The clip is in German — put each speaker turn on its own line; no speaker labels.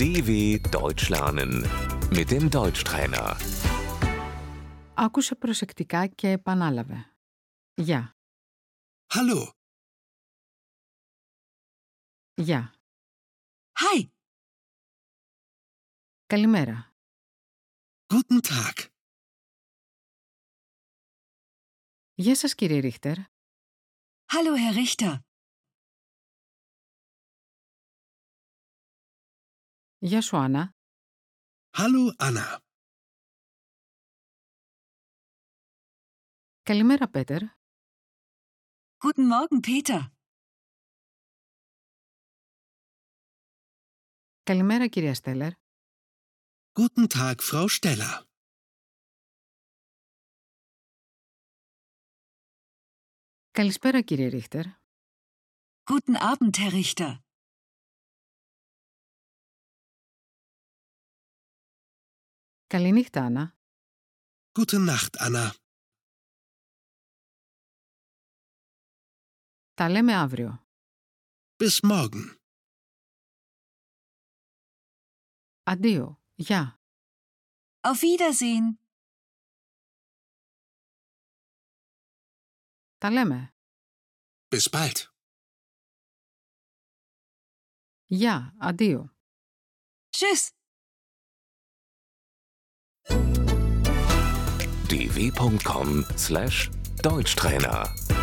DW Deutsch lernen mit dem Deutschtrainer.
Άκουσε προσεκτικά και επανάλαβε. Γεια,
Hallo,
γεια.
Hi,
Καλημέρα.
guten Tag.
Γεια σας κύριε Ρίχτερ.
hallo Herr Richter.
Γεια σου Άννα.
Hallo Anna.
Καλημέρα Πέτερ.
Guten Morgen, Peter.
Καλημέρα κυρία Στέλλερ.
Guten Tag, Frau Steller.
Καλησπέρα κύριε Ρίχτερ.
Guten Abend, Herr Richter.
Καληνύχτα Άννα.
Gute Nacht, Anna.
Τα λέμε αύριο.
Bis morgen.
Αντίο. Γεια.
Auf Wiedersehen.
Τα λέμε.
Bis bald.
Γεια. Αντίο.
Tschüss.
dw.com/deutschtrainer